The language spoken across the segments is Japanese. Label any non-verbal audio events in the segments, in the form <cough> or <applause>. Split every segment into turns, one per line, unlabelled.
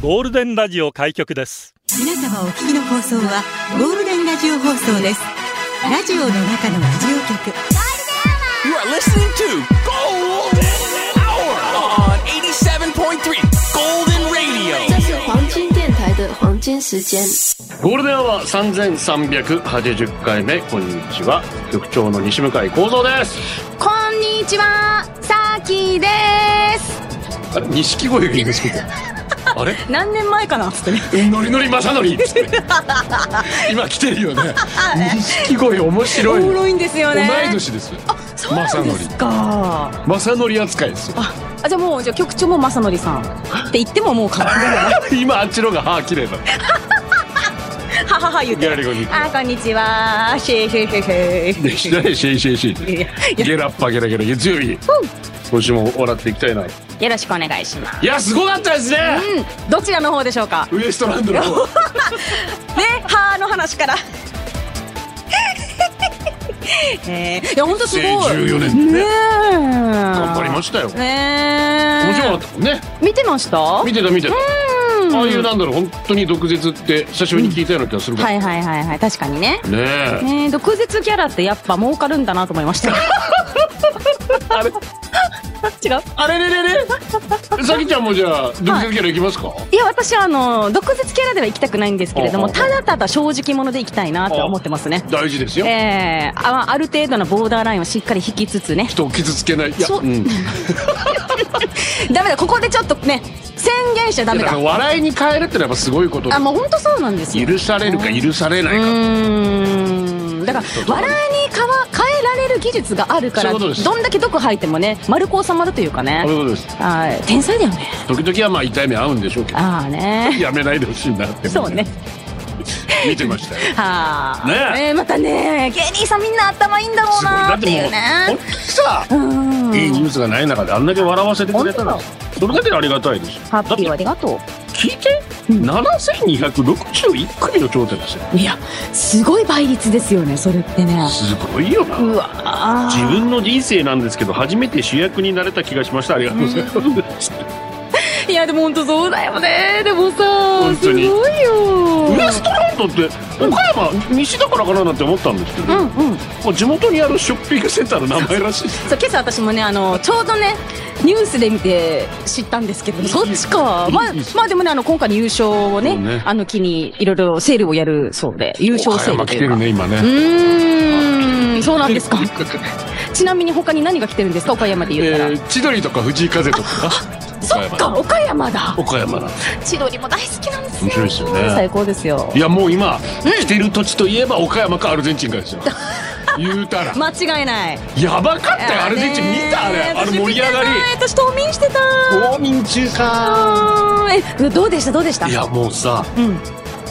ゴールデンラジオ開局です
皆様お聞きの放送はゴールデンラジオ放送ですラジオの中のラジオ局
You are listening to Golden Hour on 87.3 Golden Radio.
这是黄金电台的黄金时间。
ゴールデンは三千三百八十回目こんにちは局長の西向井光三です。
こんにちは、さきです。
あれ錦鯉がいますけど。 <laughs> あれ
何年前かなつってね。
ノリノリ正則っつって。 <laughs> 今来てるよ
<laughs>
ね。錦鯉面
お
白い。
もろいんですよね。
同い年です。
そうなんですか。
正則扱い
<laughs>
ですよ。
あ、じゃあもう、じゃあ局長もまさのりさん。って言ってももうかわいい。
今あっちのが歯綺麗だ。
ははは言っ
ギ
て。
ャルゴに。
あ、こんにちは。シェイシェイシェイシェイ。
でしないシェイシェイシ
い
ェイ
やいや
ゲラッパゲラゲラ月曜日。今週も笑っていきたいな。い
よろしくお願いします。
やすごかったですね。
うん、どちらの方でしょうか。
ウエストランドの方。
ね、はーの話から。えー、いや、本当すごい。
14年
ねえ
ね。頑張りましたよ。
ねえ。
面白かったもんね。
見てました。
見てた見てたああいうなんだろう本当に毒舌って久しぶりに聞いたような気がするから、
はいはいはいはい、確かにね。
ねえ
ねえ、毒舌キャラってやっぱ儲かるんだなと思いました。
あれ
違う
あれれれれさきちゃんもじゃあ毒舌キャラいきますか、
いや、私はあの、毒舌キャラでは行きたくないんですけれども、
ほうほう
た
ほう
だただ正直者で行きたいなとは思ってますね。
大事ですよ、
ええあ、ある程度のボーダーラインをしっかり引きつつね。
人を傷つけないいや、
そうんダメだ、ここでちょっとね、宣言しちゃダメ
だか
だ
ら。笑いに変えるってのはやっぱすごいこと
あ、もう本当そうなんですよ。
許されるか許されないうか、
ーんだから笑いに変わ変えられる技術があるから
そういうことです
どんだけ毒吐いてもね丸く収まるというかね
そういうことです
はい天才だよね
時々はまあ痛い目合うんでしょうけど
ああね
やめないでほしいなって
そうね
見てましたよ
はあ
ねえ
えまたね芸人さんみんな頭いいんだろう
すごい
な
だ
ー
っ
ってて
もう
いう
本
ね
当にさ
うん
いいニュースがない中であんだけ笑わせてくれたらそれだけでありがたいですよ
ハッピーをありがと
聞いて7261組の頂点ですよ
ういやすごい倍率ですよねそれってね
すごいよな
うわあ
自分の人生なんですけど初めて主役になれた気がしましたありがとうございます
いやでも本当そうだよねでもさ
本
す
当
ご
に
いよ
ウエストランドって岡山西だからかななんて思ったんですけど、
うんうん
もう地元にあるショッピングセンターの名前らしいです
そう今朝私もねあのちょうどねニュースで見て知ったんですけどそっちかまあまあでもねあの今回の優勝をね
そうね
あの機にいろいろセールをやるそうで優勝セールというか
ね今
う
ね
ーんそうなんですかちなみに他に何が来てるんですか岡山で言ったら、
千鳥とか藤井風とか
そっか岡山だ
岡山なん
千鳥も大好きなんですよ
面白いですよね
最高ですよ
いやもう今、来てる土地といえば岡山かアルゼンチンか
<laughs>
ですよ言うたら
間違いない
やばかったよアルゼンチン見たあれあの盛り上がり
私冬眠してた
冬眠中か
あーえどうでしたどうでした
いやもうさ
うん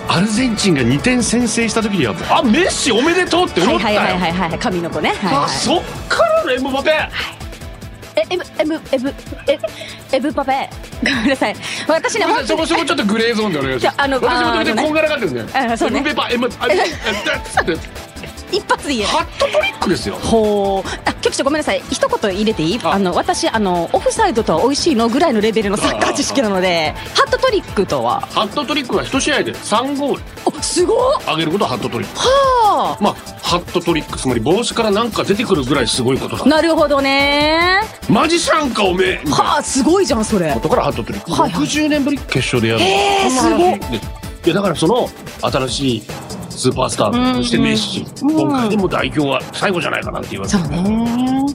アルゼンチンが2点先制した時にはもうあメッシおめでとうって
は
思
い
った
はい
よ、
はいはいはい神の子ねはい、は
あ
い、
そっからのエムバペ
え、エブ、エブ、エブ、エエブパペ。 <laughs> ごめんなさい。私ね、本
そ
当に
こ。そこちょっとグレーゾーンでお願いします
じゃああの
私も時
あーあの
々
ね
こんがらがってるんですね
あそうね
エムペパエムあれあれって
<laughs> 一発言え。
ハットトリックですよ
ほう。あ、局長ごめんなさい。一言入れていい
あ
あの、私、あの、オフサイドとは美味しいのぐらいのレベルのサッカー知識なので、ハットトリックとは。
ハットトリックは1試合で3ゴール
お、すごっは
上げることはハットトリック
あ。
まあハットトリックつまり帽子からなんか出てくるぐらいすごいことだ
なるほどね。
マジシャンかおめえみたいな
はあ、すごいじゃん、それ。
ことからハットトリック、
はいはい
60年ぶり決勝でやる
へーすごい
でいやだからその新しいスーパースターとしてメッシ、今回でも代表は最後じゃないかなって言われて
そうね。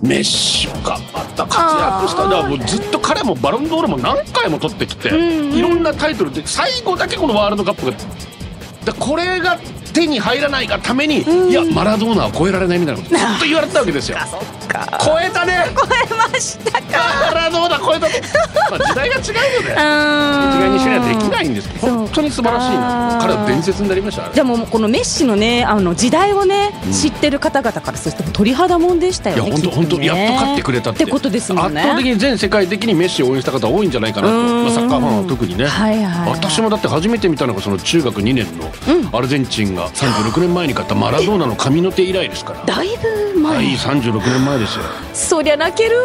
メッシも頑張った活躍しただからもうずっと彼もバロンドールも何回も取ってきて、
うんうん
いろんなタイトルで最後だけこのワールドカップがだこれが手に入らないがために、いやマラドーナは超えられないみたいなことずっと言われてたわけですよ
あ、そっか。
超えたね
超えましたか。
マラドーナ超えた、まあ、時代が違うよ
<laughs>
ね一概に一緒にはできないんですけど本当に素晴らしい
あ
な
ー
彼は伝説になりました
じゃあもうこのメッシのねあの時代をね、知ってる方々からすると鳥肌もんでしたよ
いや
ね。
本当
きと
本
ね
当やっと勝ってくれたって
ってことですもんね。
圧倒的に全世界的にメッシを応援した方多いんじゃないかなと、
うん
まあ、サッカーファンは特にね、
はいはいはい
私もだって初めて見たのがその中学2年のアルゼンチンがが36年前に買ったマラドーナの髪の手以来ですから
だいぶ前、
はい36年前ですよ
そりゃ泣けるわ、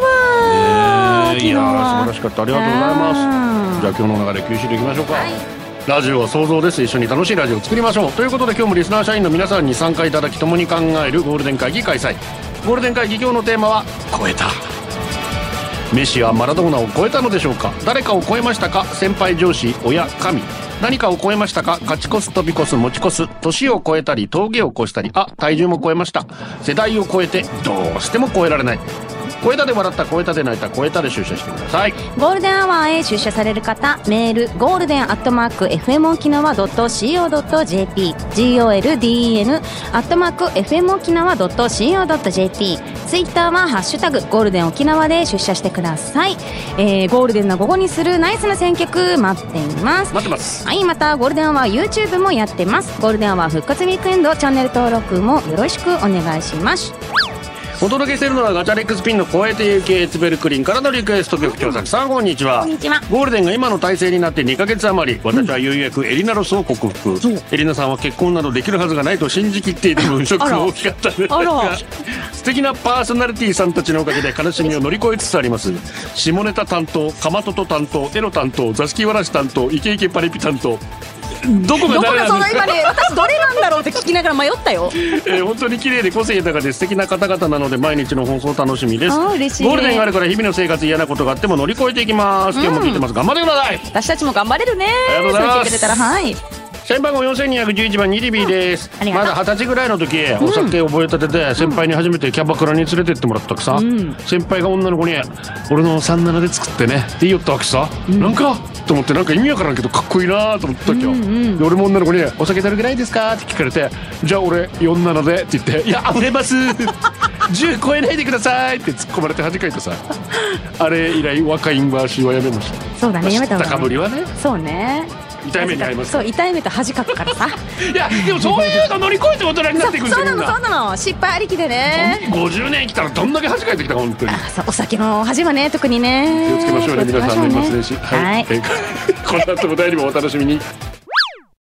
えーいやー素晴らしかったありがとうございますじゃあ今日の流れ吸収でいきましょうか、ラジオは想像です一緒に楽しいラジオを作りましょうということで今日もリスナー社員の皆さんに参加いただき共に考えるゴールデン会議開催ゴールデン会議今日のテーマは「超えた」メッシはマラドーナを超えたのでしょうか誰かを超えましたか先輩上司親神何かを超えましたか勝ち越す飛び越す持ち越す年を超えたり峠を越したりあ体重も超えました世代を超えてどうしても超えられない超えたで笑った超えたで泣いた超えたで出社してください
ゴールデンアワーへ出社される方、メール、ゴールデンアットマーク、FM 沖縄 .co.jp、golden アットマーク、FM 沖縄 .co.jp、ツイッターはハッシュタグ、ゴールデン沖縄で出社してください。えー、ゴールデンな午後にするナイスな選曲、待っています。
待ってます
はい、また、ゴールデンアワー YouTube もやってます。ゴールデンアワー復活ウィークエンド、チャンネル登録もよろしくお願いします。
お届けしているのはガチャレックスピンの超えてゆけエツベルクリンからのリクエスト曲調査さんこんにちは
こんにちは
ゴールデンが今の体制になって2ヶ月余り私はようやくエリナロスを克服、エリナさんは結婚などできるはずがないと信じきっている分ショックが大きかったんです
あら
が <laughs> 素敵なパーソナリティさんたちのおかげで悲しみを乗り越えつつあります下ネタ担当かまとと担当エロ担当座敷わらし担当イケイケパリピ担当どこが
どこ
誰
が
な
そ
んで
の
すか
今ね私どれなんだろうって聞きながら迷ったよ
<laughs> えー本当に綺麗で個性豊かで素敵な方々なので毎日の放送楽しみです
あー嬉しい
ゴールデンがあるから日々の生活嫌なことがあっても乗り越えていきます、今日も聞いてます頑張ってください
私たちも頑張れるね
ありがとうございます
そう言ってくれたらはい
先輩号4211番ニリビーです、
ありが
ま
とう
だ二十歳ぐらいの時、お酒覚えたてで先輩に初めてキャバクラに連れてってもらったくさ、先輩が女の子に「俺の37で作ってね」って言いよったわけさ、なんかと思ってなんか意味わからんけどかっこいいなと思ったわけよ、で俺も女の子に「お酒どれぐらいですか?」って聞かれて「じゃあ俺47で」って言って「いや溢れます <laughs> 10超えないでください」って突っ込まれて恥かいてさあれ以来若いんばしはやめました
そうだね、やめた
知ったかぶりはね
そうね。
痛い目に遭います
そう、痛い目と恥かくから
<laughs>
さ。
<laughs> いやでもそういうの乗り越えて大人になっていくんです
そう
よ
な
みん
の
な
そうなの失敗ありきでね
50年来たらどんだけ恥かいてきたか本当に
あさお酒の恥はね特にね
気をつけましょうね皆さん
気
年末
をつけま
年始
しょうねはい
えー <laughs> この後も第2もお楽しみに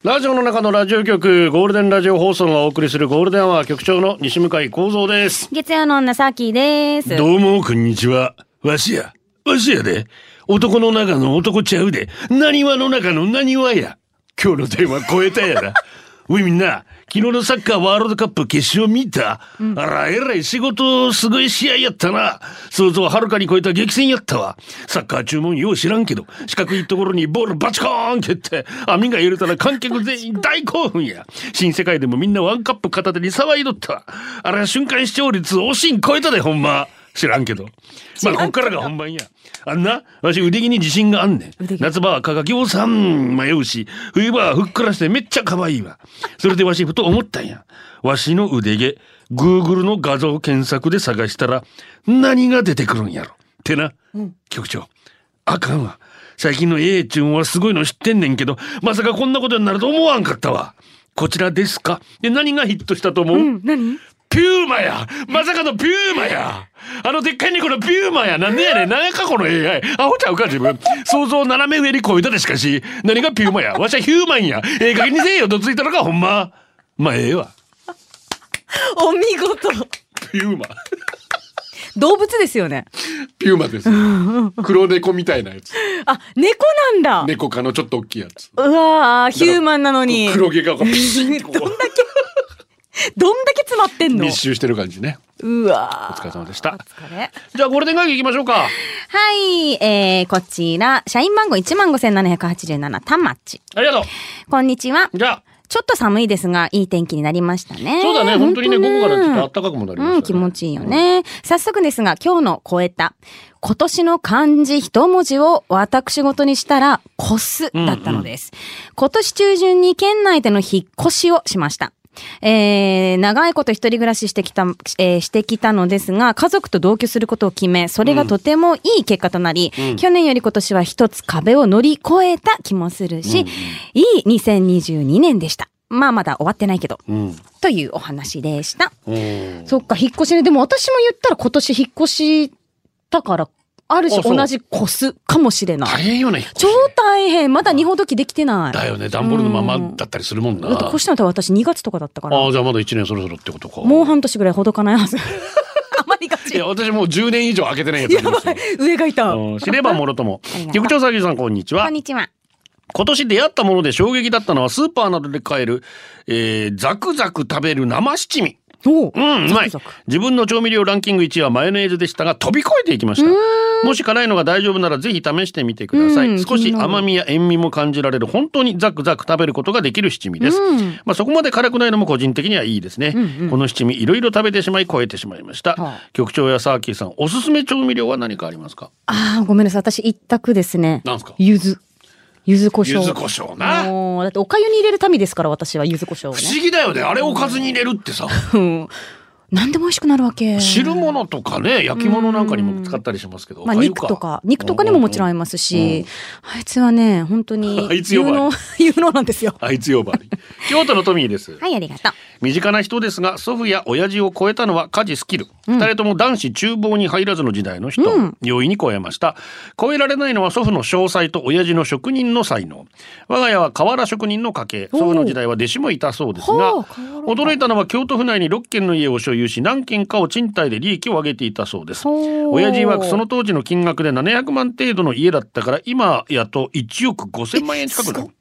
ラジオの中のラジオ局ゴールデンラジオ放送がお送りするゴールデンアワー局長の西向井光三です
月曜の女サーキーです
うもこんにちはわしやわしやで男の中の男ちゃうで何わの中の何わや今日のテーマ超えたやなおいみんな昨日のサッカーワールドカップ決勝見た、あらえらい仕事すごい試合やったな想像をはるかに超えた激戦やったわサッカー注文よう知らんけど四角いところにボールバチコーン蹴って網が揺れたら観客全員大興奮や新世界でもみんなワンカップ片手に騒いどったわあれは瞬間視聴率おしん超えたでほんま知らんけどまあこっからが本番やあんなわし腕着に自信があんねん夏場は蚊がぎょうさん迷うし冬場はふっくらしてめっちゃ可愛いわそれでわしふと思ったんやわしの腕毛 Google の画像検索で探したら何が出てくるんやろってな、局長あかんわ最近の A チュンはすごいの知ってんねんけどまさかこんなことになると思わんかったわこちらですかで何がヒットしたと思う、ピューマやまさかのピューマやあのでっかい猫のピューマやなんでやねん何やかこの AI アホちゃうか自分想像を斜め上に超えたでしかし何がピューマやわしゃヒューマンやええ加減にせえよどついたのかほんままあええわ
お見事
ピューマ
動物ですよね
ピューマです黒猫みたいなやつ
あ猫なんだ、
猫科のちょっと大きいやつ
うわーヒューマンなのに
黒毛がこうピシッとこう
どんだけ詰まってんの
密集してる感じね
うわ
お疲れ様でした
これ
じゃあゴールデン会議行きましょうか
はい、えー、こちら社員番号1万5787たまち
ありがと
こんにちは
うじゃあ
ちょっと寒いですがいい天気になりましたね
そうだね本当にね午後からちょっと暖かくもなりましたね
うん、気持ちいいよね。早速ですが、今日の超えた。今年の漢字一文字を私事にしたら、こすだったのです。今年中旬に県内での引っ越しをしました。えー、長いこと一人暮らししてきた、えーしてきたのですが、家族と同居することを決め、それがとてもいい結果となり、去年より今年は一つ壁を乗り越えた気もするし、いい2022年でした。まあまだ終わってないけど、
うん
というお話でした。
うん
そっか、引っ越しね。でも私も言ったら今年引っ越したから、
あるし
あそう
同じこすかもしれな
大
い
変よね。
超大変まだ二ほどきできてない
だよね。段ボールのままだったりするもんな。
だってこしたのと私2月とかだったから
ああ、じゃあまだ1年そろそろってことか。
もう半年ぐらいほどかない
<laughs>
はず余りが
い
ち
や、私もう10年以上開けてないやつなんですよ。
上がいた
うん知ればもろとも
ありが。とう
局長詐欺さん、こんにちは。
にちは
今年出会ったもので衝撃だったのは、スーパーなどで買える、えー、ザクザク食べる生七味。
おう
うん、うまい
ザクザク。
自分の調味料ランキング1位はマヨネーズでしたが、飛び越えていきました。もし辛いのが大丈夫ならぜひ試してみてくださ
う
い。
ん
少
気に
し
なる
甘みや塩味も感じられる、本当にザクザク食べることができる七味です。
うん
まあそこまで辛くないのも個人的にはいいですね。
うんうん
この七味、いろいろ食べてしまい超えてしまいました。
はあ
局長やサーキーさん、おすすめ調味料は何かありますか
あーごめんなさい私一択ですね
なんすか
ゆずゆず胡椒
柚子胡椒な。
もうだっておかゆに入れる民ですから私は柚子胡椒を
不
ね
思議だよね。あれおかずに入れるってさ、
うん何でも美味しくなるわけ
汁物とかね、焼き物なんかにも使ったりしますけど。
まあ、
お粥
肉とか、肉とかにももちろん合いますし、あいつはね、本当
<laughs>
に
あいつ
有
呼ばわ
能、 <laughs> 有能なんですよ。
あいつ呼ば <laughs> わり。京都のトミーです。
はい、ありがとう。
身近な人ですが、祖父や親父を超えたのは家事スキル。二、人とも男子厨房に入らずの時代の人、容易に超えました。超えられないのは祖父の詳細と親父の職人の才能。我が家は瓦職人の家系。祖父の時代は弟子もいたそうですが
ほう瓦、
驚いたのは京都府内に6軒の家を所有し、何軒かを賃貸で利益を上げていたそうです。
ほう
親父曰くその当時の金額で700万程度の家だったから、今やと1億5000万円近くなる。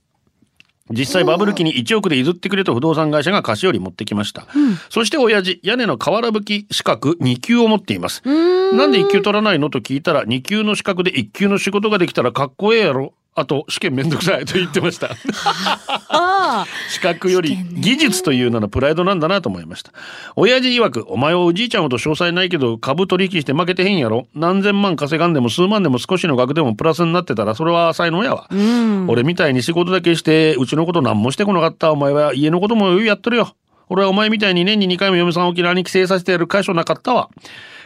実際バブル期に1億で譲ってくれと不動産会社が貸しより持ってきました、そして親父屋根の瓦吹き資格2級を持っていますなんで1級取らないのと聞いたら2級の資格で1級の仕事ができたらかっこええやろあと試験めんどくさいと言ってました
<laughs> ああ、
資格より技術というならプライドなんだなと思いました親父曰くお前はおじいちゃんほど詳細ないけど株取引して負けてへんやろ何千万稼がんでも数万でも少しの額でもプラスになってたらそれは才能やわ、
うん。
俺みたいに仕事だけしてうちのこと何もしてこなかったお前は家のこともよくやっとるよ俺はお前みたいに年に2回も嫁さんを沖縄に帰省させてやる会所なかったわ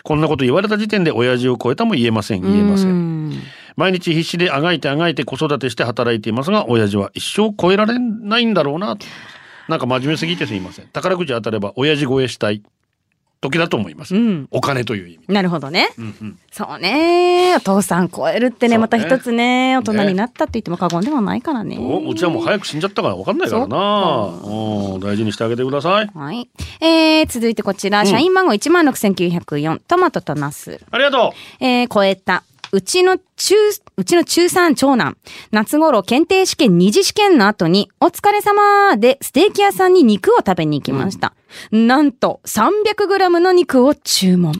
こんなこと言われた時点で親父を超えたも言えません言えません
うん
毎日必死であがいてあがいて子育てして働いていますが親父は一生超えられないんだろうなとなんか真面目すぎてすいません宝くじ当たれば親父超えしたい時だと思います、
うん
お金という意味
なるほどね。
うんうん
そうね。お父さん超えるってね、
そうね
また一つね、大人になったって言っても過言ではないからね。
おうちはもう早く死んじゃったから分かんないからなうん大事にしてあげてください
はい。えー、続いてこちら、社員番号16,904、トマトとナス。
ありがとう
えー超えた。うちの中、うちの中三長男、夏頃検定試験二次試験の後に、お疲れ様でステーキ屋さんに肉を食べに行きました。なんと 300g の肉を注文。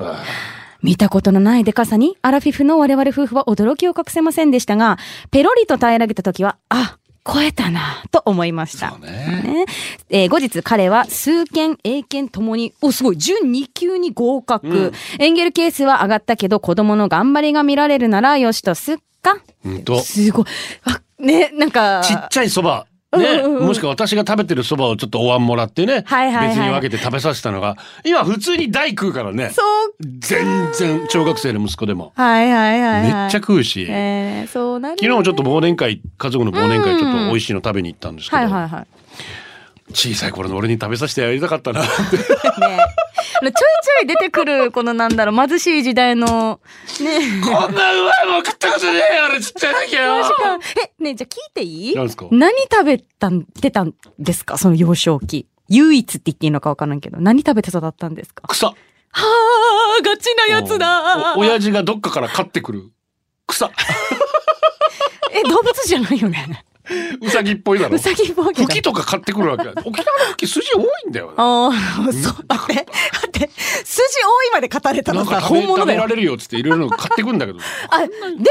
見たことのないデカさに、アラフィフの我々夫婦は驚きを隠せませんでしたが、ペロリと平らげた時は、あ、超えたな、と思いました。ねえー後日彼は数件、英検ともに、お、すごい、準2級に合格。エンゲル係数は上がったけど、子供の頑張りが見られるならよしとすっか。
うんと
すごい。あ、ね、なんか、
ちっちゃいそば
うん
ね、
うんうん
もしくは私が食べてるそばをちょっとお椀もらってね、
はいはいはい
別に分けて食べさせたのが今普通に大食うからね
そう。
全然小学生の息子でも
はいはいはい、
めっ
はい。
ちゃ食うし、
えー、そうなる、ね。
昨日もちょっと忘年会家族の忘年会ちょっと美味しいの食べに行ったんですけど、
はいはいはい。
小さい頃の俺に食べさせてやりたかったなって
ね、 <laughs> ちょいちょい出てくるこのなんだろう貧しい時代のね
こんなうまいもん食ったことねえよ俺ちっちゃい時よ
確かえねえじゃあ聞いていい
なんすか
何食べたん出たんですかその幼少期唯一って言っていいのか分からんけど何食べて育ったんですか
草
はあガチなやつだ
お親父がどっかから買ってくる草
え動物じゃないよね
うさぎっぽいだろ
うさぎっぽいけど
茎とか買ってくるわけ沖縄の茎筋多いんだよな
ああそうだって待って筋多いまで語れた
な
の
んか
さ
食べ
本物
食
だ
べ
よ
られるよっつっていろいろ買ってくるんだ
<laughs>
けど
あでも私も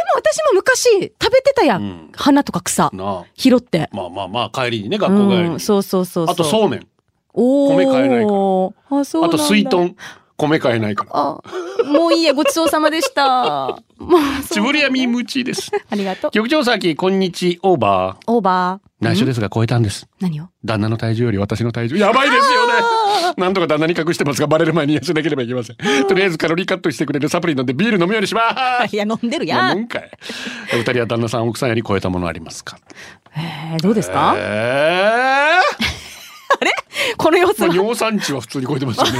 昔食べてたやん、
うん
花とか草
なあ
拾って
まあまあまあ帰りにね学校帰りに、
うん、そうそうそうそう
あとそうめん
お。
米買えないから
あ、そうな
あ
んだ
と水。豚米買えないから
あ、もういいや、ごちそうさまで
<laughs>
した。もう、
ちぶりやみむちです
ありがとう。
局長さきこんにちオーバー
オーバー。
内緒ですが超えたんです
何を
旦那の体重より私の体重やばいですよねなんとか旦那に隠してますがバレる前に痩せなければいけませんとりあえずカロリーカットしてくれるサプリ飲んでビール飲むようにします
いや、飲んでる
飲
や
む
ん。
んかいお二人は旦那さん奥さんより超えたものありますか
えー、どうですか、
え
この様子
ー、まあ
は。 <laughs>
尿酸値は普通に超えてますよね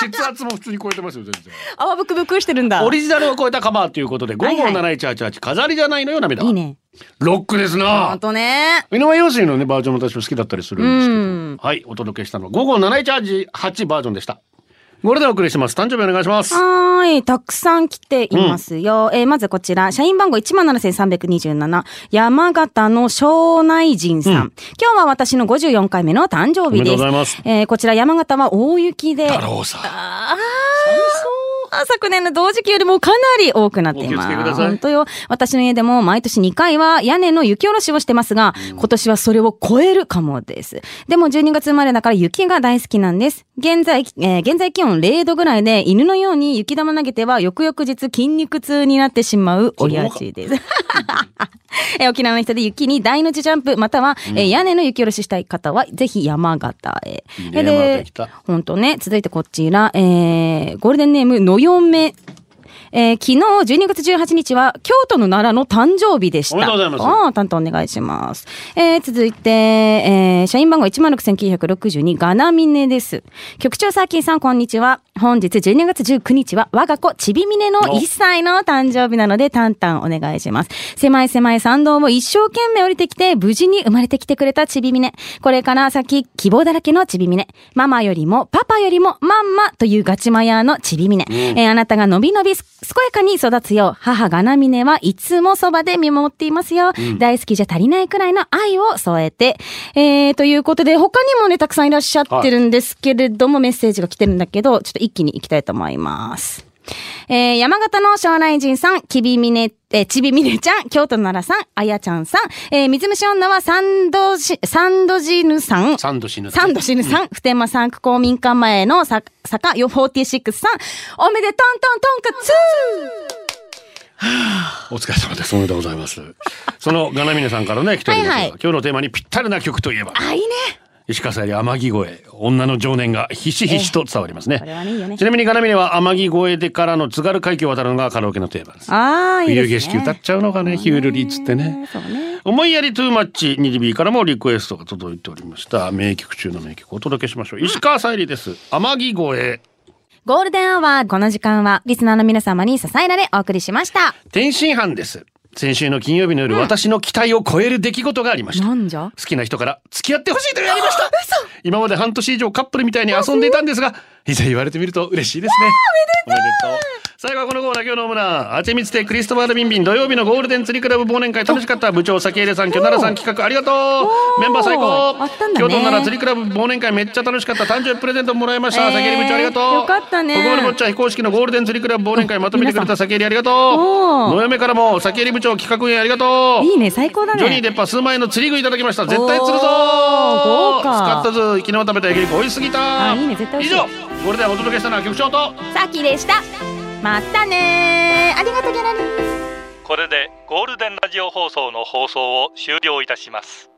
血圧も普通に超えてますよ全然
泡ぶくぶくしてるんだ
オリジナルを超えたカバーということで557188飾りじゃないのよ涙
いいね
ロックです
ほ
なん
とね
井上陽水のねバージョンも私も好きだったりするんですけどはいお届けしたのは557188バージョンでしたこれでお送りします誕生日お願いします
はーい。たくさん来ていますよ。えーまずこちら、社員番号17,327、山形の庄内人さん,、今日は私の54回目の誕生
おめで
日です。
とうございます
えーこちら山形は大雪で、
ローさ
ああ、昨年の同時期よりもかなり多くなっていま
お気をつけくだ
す。
さい
本当よ。私の家でも毎年2回は屋根の雪下ろしをしてますが、今年はそれを超えるかもです。でも12月生まれだから雪が大好きなんです。現在、えー現在気温0度ぐらいで犬のように雪玉投げては翌々日筋肉痛になってしまう親父です。 <laughs> えー沖縄の人で雪に大の字ジャンプ、または、えー屋根の雪下ろししたい方は、ぜひ山形へ。
いいね
えー
山形行きたい
本当ね、続いてこちら、えー、ゴールデンネームのよめ。えー昨日12月18日は京都の奈良の誕生日でした。
おめでとうございます
あー担当お願いします。えー続いて、えー社員番号16,962ガナミネです。局長サーキンさん、こんにちは。本日12月19日は我が子ちびみねの1歳の誕生日なので、タンタンお願いします。狭い狭い参道を一生懸命降りてきて、無事に生まれてきてくれたちびみね。これから先、希望だらけのちびみね。ママよりも、パパよりも、マンマというガチマヤーのちびみね。えーあなたがのびのびす健やかに育つよう、母がなみねはいつもそばで見守っていますよ。大好きじゃ足りないくらいの愛を添えて。えー、ということで、他にもね、たくさんいらっしゃってるんですけれども、メッセージが来てるんだけど、ちょっと一気に行きたいと思います。えー山形の将来人さん、きびみね、えーちびみねちゃん、京都の奈良さん、あやちゃんさん、えー水虫女はサンドし、サンドジヌさん、
サンド死ぬ
サンドシヌさん、普天間産区公民館前のさ坂46さん、おめでとんとんとんかつ
お疲れ様ですおめでとうございますそのガナミネさんからね来ておりますが、
はいはい
今日のテーマにぴったりな曲といえば
ーあ、いいね。
石川さゆり天城越え女の情念がひしひしと伝わりますね,、
これはいいよね
ちなみにガナミネは天城越えでからの津軽海峡を渡るのがカラオケの定番です
ああ、いいです
冬景
ね。
色歌っちゃうのがねヒュールリーっつってね
そうね。
思いやりトゥーマッチ 2DB からもリクエストが届いておりました名曲中の名曲をお届けしましょう石川さゆりです天城越え
ゴールデンアワー、この時間は、リスナーの皆様に支えられお送りしました。
天津飯です先週の金曜日の夜、私の期待を超える出来事がありました
なんじゃ
好きな人から付き合ってほしいと言われました今まで半年以上カップルみたいに遊んでいたんですがいざ言われてみると嬉しいですねおめでとう最後はこのコーナー今日のオムラあちみつてクリストバールビンビン土曜日のゴールデン釣りクラブ忘年会楽しかった部長酒入さん巨奈良さん企画ありがとうメンバー最高
あったんだね
京都なら釣りクラブ忘年会めっちゃ楽しかった誕生日プレゼントもらいました
えー
酒入部長ありがとう
よかったね
ここまでぼっちゃん非公式のゴールデン釣りクラブ忘年会まとめてくれた酒入ありがとう
おー
野嫁からも酒入部長企画員ありがとう
いいね、最高だね。
ジョニーデッパー数万円の釣り具いただきました。絶対釣るぞ
おー豪
使
華
ったず、昨日食べた焼き肉美味しすぎた。
あいいね絶対美
以
味しい
上、これでお届けしたのは局長と。
さきでした。またねー。ありがとうギャラリー。
これでゴールデンラジオ放送の放送を終了いたします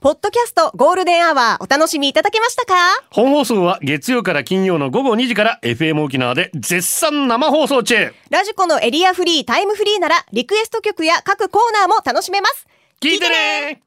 ポッドキャストゴールデンアワーお楽しみいただけましたか
本放送は月曜から金曜の午後2時から FM 沖縄で絶賛生放送中。
ラジコのエリアフリータイムフリーならリクエスト曲や各コーナーも楽しめます。
聞いてね